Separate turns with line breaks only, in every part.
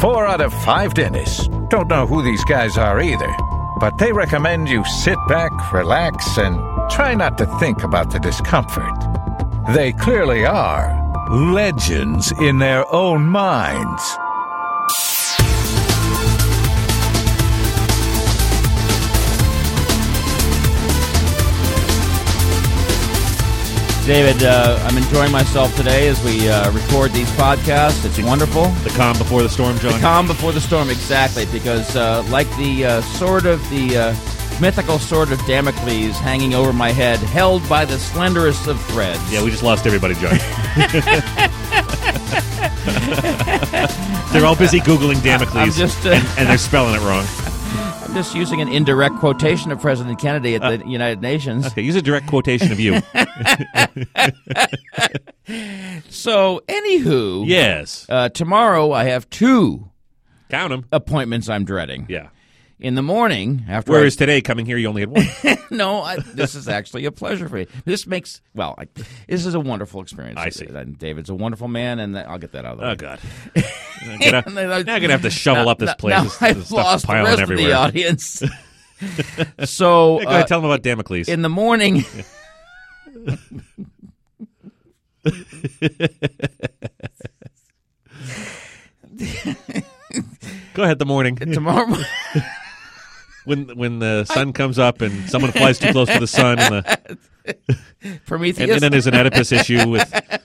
Four out of five dentists. Don't know who these guys are either, but they recommend you sit back, relax, and try not to think about the discomfort. They clearly are legends in their own minds.
David, uh, I'm enjoying myself today as we uh, record these podcasts. It's wonderful.
The calm before the storm, John.
Calm before the storm, exactly, because uh, like the uh, sword of the uh, mythical sword of Damocles hanging over my head, held by the slenderest of threads.
yeah, we just lost everybody, John. they're all busy Googling
I'm
Damocles,
just, uh,
and, and they're spelling it wrong.
I'm just using an indirect quotation of President Kennedy at the United Nations.
Uh, Okay, use a direct quotation of you.
So, anywho,
yes.
uh, tomorrow I have two
Count them.
appointments I'm dreading.
Yeah.
In the morning, after I-
Whereas today, coming here, you only had one.
no, I, this is actually a pleasure for me. This makes well, I, this is a wonderful experience.
I see.
And David's a wonderful man, and I'll get that out of the way.
Oh, God. I'm gonna,
And then I-
now I'm going to have to shovel up this
Now-
place.
now
This- this
I've
stuff
lost the
piling
rest
everywhere.
of the audience. so
Yeah, go ahead,
uh,
tell them about Damocles.
in the morning,
go ahead, the morning.
tomorrow, morning-
When when the sun comes up and someone flies too close to the sun, and, the, and,
Prometheus.
and then there's an Oedipus issue with.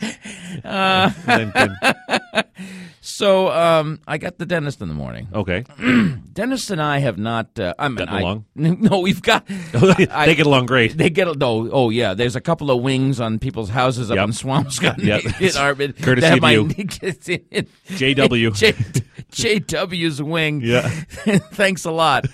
And Uh. then- then-
so um, I got the dentist in the morning.
okay.
Dentist and I have not. Uh, I'm
Gotten along?
No, we've got.
they
I-
get along great.
They get no. Oh yeah, there's a couple of wings on people's houses up
Yep.
in Swampscott.
Yep.
in our, in,
Courtesy
that
of
my-
you. JW.
J, JW's wing.
Yeah.
Thanks a lot.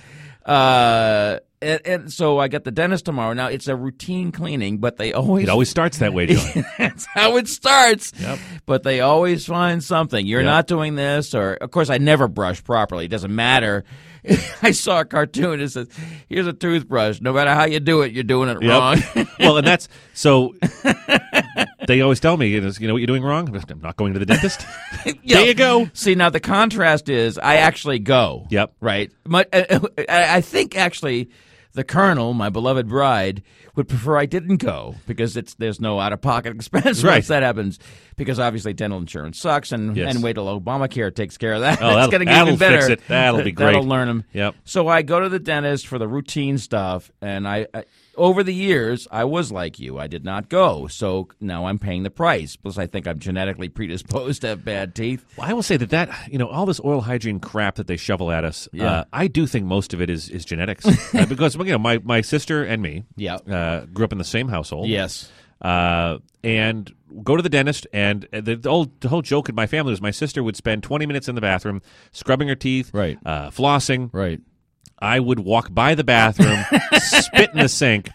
Uh, and, and so I got the dentist tomorrow. Now it's a routine cleaning, but they always
It always starts that way, John.
that's how it starts.
Yep.
But they always find something. You're
Yep.
not doing this, or of course, I never brush properly. It doesn't matter. I saw a cartoon. It says, "Here's a toothbrush. No matter how you do it, you're doing it wrong."
well, and that's so. They always tell me, you know, you know what you're doing wrong. I'm not going to the dentist. There you go.
See, now the contrast is I actually go.
Yep.
Right. My, I, I I think actually the colonel, my beloved bride, would prefer I didn't go because it's there's no out of pocket expense
Right.
once that happens. Because obviously dental insurance sucks, and
Yes.
and wait till Obamacare takes care of that.
Oh,
That's
that'll-
going to get even
that'll
better.
fix it. That'll be great.
That'll learn them.
Yep.
So I go to the dentist for the routine stuff, and I, I over the years I was like you. I did not go, so now I'm paying the price. Plus, I think I'm genetically predisposed to have bad teeth.
Well, I will say that that you know all this oral hygiene crap that they shovel at us.
Yeah.
Uh, I do think most of it is is genetics uh, because you know my my sister and me.
Yeah.
Uh, grew up in the same household.
Yes.
Uh, and go to the dentist, and the, the whole the whole joke in my family was my sister would spend twenty minutes in the bathroom scrubbing her teeth,
Right.
uh, flossing,
Right.
I would walk by the bathroom, spit in the sink,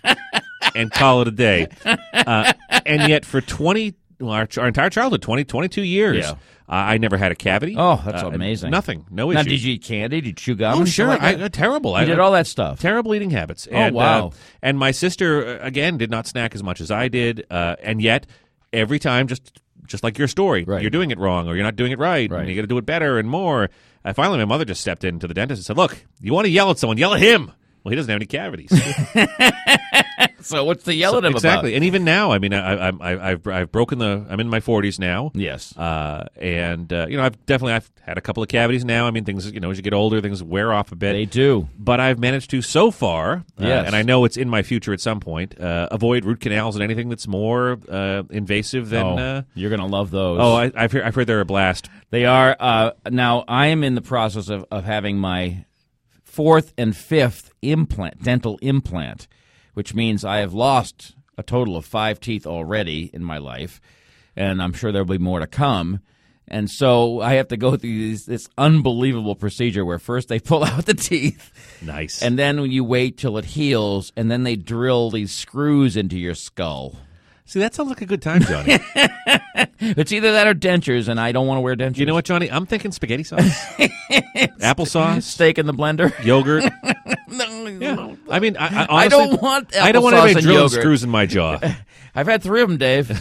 and call it a day. Uh, and yet, for 20, well, our, our entire childhood, 20, 22 years,
Yeah.
uh, I never had a cavity.
Oh, that's
Uh,
amazing.
Nothing. No
Now,
issues.
did you eat candy? Did you chew gum?
Oh,
and stuff
sure.
like that?
I, uh, terrible.
you
I
did all that stuff.
Terrible eating habits. And,
Oh, wow.
uh, and my sister, uh, again, did not snack as much as I did. Uh, and yet, every time, just just like your story,
Right.
you're doing it wrong or you're not doing it right.
Right.
And you got to do it better and more. Uh, finally, my mother just stepped in to the dentist and said, Look, you want to yell at someone, yell at him. Well, he doesn't have any cavities.
so what's the yelling about?
exactly. And even now, I mean, I, I, I, I've, I've broken the, I'm in my 40s now.
Yes.
Uh, and, uh, you know, I've definitely, I've had a couple of cavities now. I mean, things, you know, as you get older, things wear off a bit
they do.
but I've managed to so far, uh,
Yes.
and I know it's in my future at some point, uh, avoid root canals and anything that's more uh, invasive than.
oh,
Uh,
you're gonna love those.
oh, I, I've, heard, I've heard they're a blast.
they are. Uh, now I am in the process of, of having my fourth and fifth implant, dental implant, which means I have lost a total of five teeth already in my life, and I'm sure there'll be more to come. And so I have to go through these, this unbelievable procedure where first they pull out the teeth.
Nice.
And then you wait till it heals, and then they drill these screws into your skull.
See, that sounds like a good time, Johnny.
It's either that or dentures, and I don't want to wear dentures.
you know what, Johnny? I'm thinking spaghetti sauce, applesauce,
Steak in the blender.
yogurt.
no,
Yeah. I mean, I, I, honestly,
I don't want
I don't want
applesauce
anybody
and
drilling
yogurt.
screws in my jaw.
I've had three of them, Dave.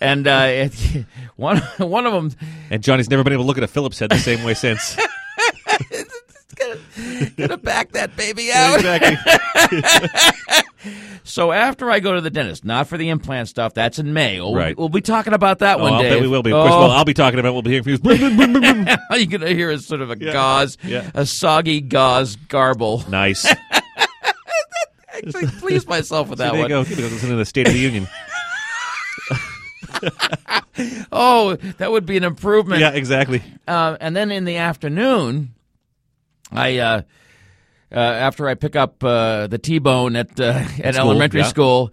and uh, it, one one of them
And Johnny's never been able to look at a Phillips head the same way since.
gonna back that baby out.
exactly.
So after I go to the dentist, not for the implant stuff. That's in May. Oh,
Right.
We'll be talking about that
Oh,
one
I'll
day.
bet we will be. Of course, well, I'll be talking about. it. We'll be hearing from you.
All you're Oh, gonna hear is sort of a gauze,
Yeah.
a soggy gauze garble.
nice. So
Actually, please myself with that
there you
one.
go. People listen to the State of the Union.
Oh, that would be an improvement.
yeah, exactly.
Uh, and then in the afternoon, I uh, uh, after I pick up uh, the T-bone at uh, at
school,
elementary
yeah.
school,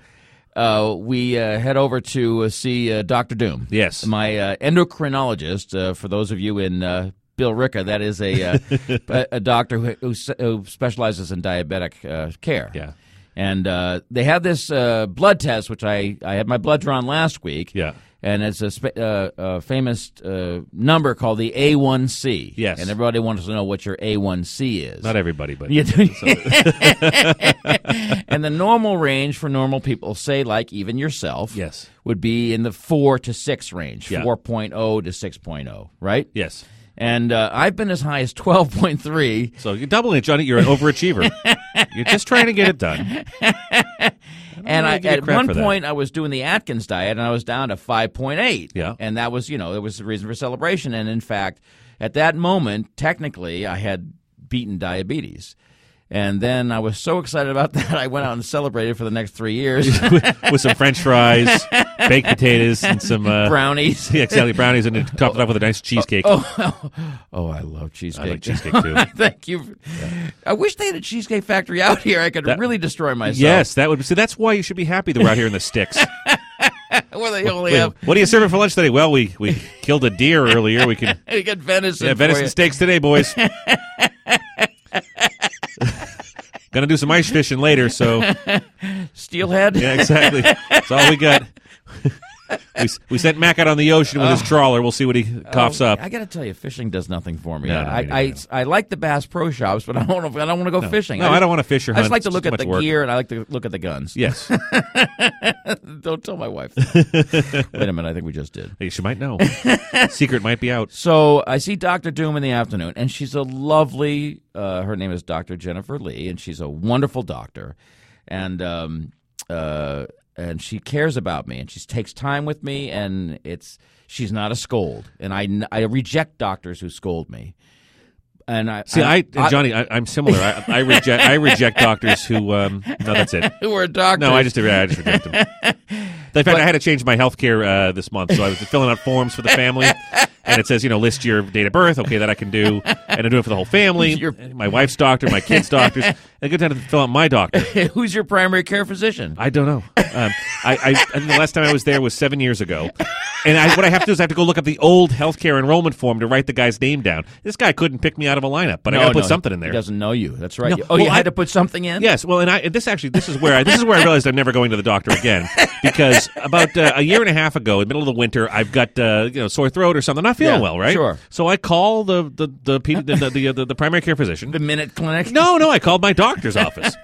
uh, we uh, head over to uh, see uh, Doctor Doom.
Yes.
my uh, endocrinologist. Uh, for those of you in uh, Bill Ricka, that is a uh, a, a doctor who, who, s- who specializes in diabetic uh, care.
Yeah.
And uh, they had this uh, blood test, which I, I had my blood drawn last week.
Yeah.
And it's a, sp- uh, a famous uh, number called the A1C.
Yes.
And everybody wants to know what your A1C is.
Not everybody, but
You do- and the normal range for normal people, say like even yourself,
Yes.
would be in the four to six range,
Yeah.
4.0 to 6.0, right?
yes.
And uh, I've been as high as 12.3.
So you're doubling it, Johnny. You're an overachiever. you're just trying to get it done.
and
gonna
I,
give you
at
crap
one
for that.
point I was doing the Atkins diet and I was down to 5.8.
Yeah.
And that was, you know, it was the reason for celebration. And in fact, at that moment, technically, I had beaten diabetes. And then I was so excited about that, I went out and celebrated for the next three years
With some French fries, baked potatoes, and some uh,
brownies.
yeah, exactly, brownies, and then topped it up with a nice cheesecake.
Oh, oh, I love cheesecake.
I like cheesecake too.
Thank you. I wish they had a cheesecake factory out here. I could
That-
really destroy myself.
Yes, that would. See, that's why you should be happy that we're out here in the sticks.
Where they only
Wait,
have
what are you serving for lunch today? Well, we we killed a deer earlier. We can
you got venison.
yeah,
for
venison
you.
steaks today, boys. Gonna do some ice fishing later, so
steelhead.
yeah, exactly. That's all we got. We, s- we sent Mac out on the ocean with his trawler. We'll see what he coughs up.
Oh. I got to tell you, fishing does nothing for me.
No, no,
I,
me
I,
neither.
I like the Bass Pro Shops, but I don't wanna- I don't want to go fishing.
No, I don't want to fish or
I
hunt.
just like to
It's
look
too
at
much
the
work.
gear and I like to look at the guns.
Yes,
don't tell my wife. Wait a minute, I think we just did.
Hey, she might know. Secret might be out.
So I see Doctor Doom in the afternoon, and she's a lovely. Uh, her name is Doctor Jennifer Lee, and she's a wonderful doctor, and um, uh, and she cares about me, and she takes time with me, and it's she's not a scold, and I I reject doctors who scold me, and I
See, I, and Johnny, I, I'm similar. I, I reject. I reject doctors who. Um, no, that's it.
who are doctors.
No, I just I just reject them. In fact, I had to change my health care uh, this month, so I was filling out forms for the family, and it says, you know, list your date of birth. Okay, that I can do, and I do it for the whole family.
Your-
my wife's doctor, my kids' doctors. And I go down to fill out my doctor.
who's your primary care physician?
I don't know. Um, I, I, I think the last time I was there was seven years ago, and I, what I have to do is I have to go look up the old healthcare enrollment form to write the guy's name down. This guy couldn't pick me out of a lineup, but I got to
No,
put
no,
something in
he
there.
doesn't know you. That's right.
No,
Oh, you
well,
had
I-
to put something in.
Yes, well, and I and this actually this is where I, this is where I realized I'm never going to the doctor again because about uh, a year and a half ago, in the middle of the winter, I've got uh, you know sore throat or something. I'm not feeling
Yeah,
well, right?
sure.
So I call the the the pedi- the, the, the, the primary care physician.
The minute clinic.
no, no, I called my doctor's office.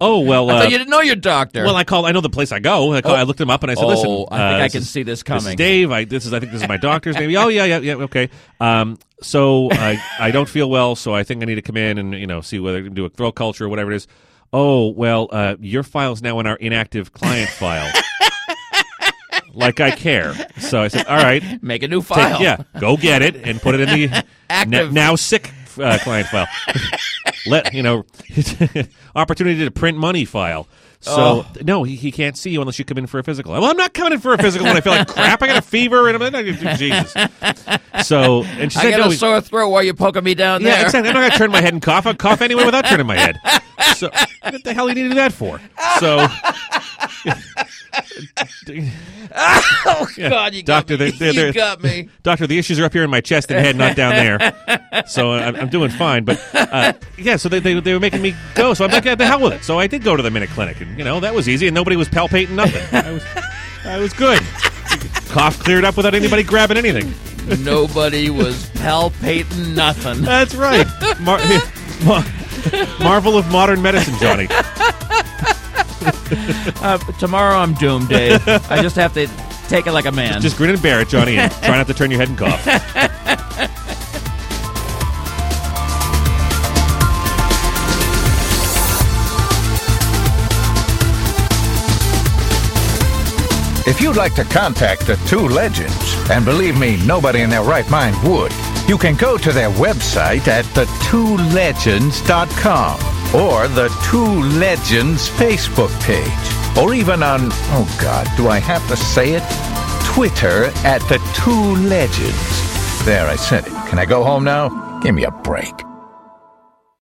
Oh well,
So
uh,
you didn't know your doctor.
well, I called. I know the place I go. I, call, I looked him up and I said,
Oh,
"Listen,
I think
uh,
I
this
can
is-
see this
This
coming.
is Dave. I this is. I think this is my doctor's name. Oh yeah, yeah, yeah. Okay. Um, so I I don't feel well, so I think I need to come in and you know see whether do a throat culture or whatever it is. Oh well, uh, your file's now in our inactive client file. like I care. So I said, all right, take-
Make a new file.
yeah, go get it and put it in the
Active.
now sick uh, client file. Let you know opportunity to print money file.
Oh.
So no, he, he can't see you unless you come in for a physical. Well, I'm not coming in for a physical when I feel like crap. I got a fever and I'm not Jesus. So and she
I
said,
got
no,
a sore throat while you're poking me down
yeah,
there.
exactly. I'm not gonna turn my head and cough. I cough anyway without turning my head. So what the hell you need to do that for? So
Oh God, you
Doctor,
got me.
they're- they're-
you
they're-
got me.
Doctor, the issues are up here in my chest and head, not down there. So uh, I'm, I'm doing fine. But uh, yeah, so they, they, they were making me go. So I'm like, "Yeah, the hell with it. So I did go to the minute clinic, and you know that was easy, and nobody was palpating nothing. I was, I was good. Cough cleared up without anybody grabbing anything.
Nobody was palpating nothing.
That's right. Mar- Mar- Marvel of modern medicine, Johnny.
Uh, tomorrow I'm doomed, Dave. I just have to Take it like a man.
Just grin and bear it, Johnny, and try not to turn your head and cough.
If you'd like to contact the two legends, and believe me, nobody in their right mind would, you can go to their website at thetwolegends.com or the Two Legends Facebook page, or even on, oh God, do I have to say it? Twitter at the Two Legends. There, I said it. Can I go home now? Give me a break.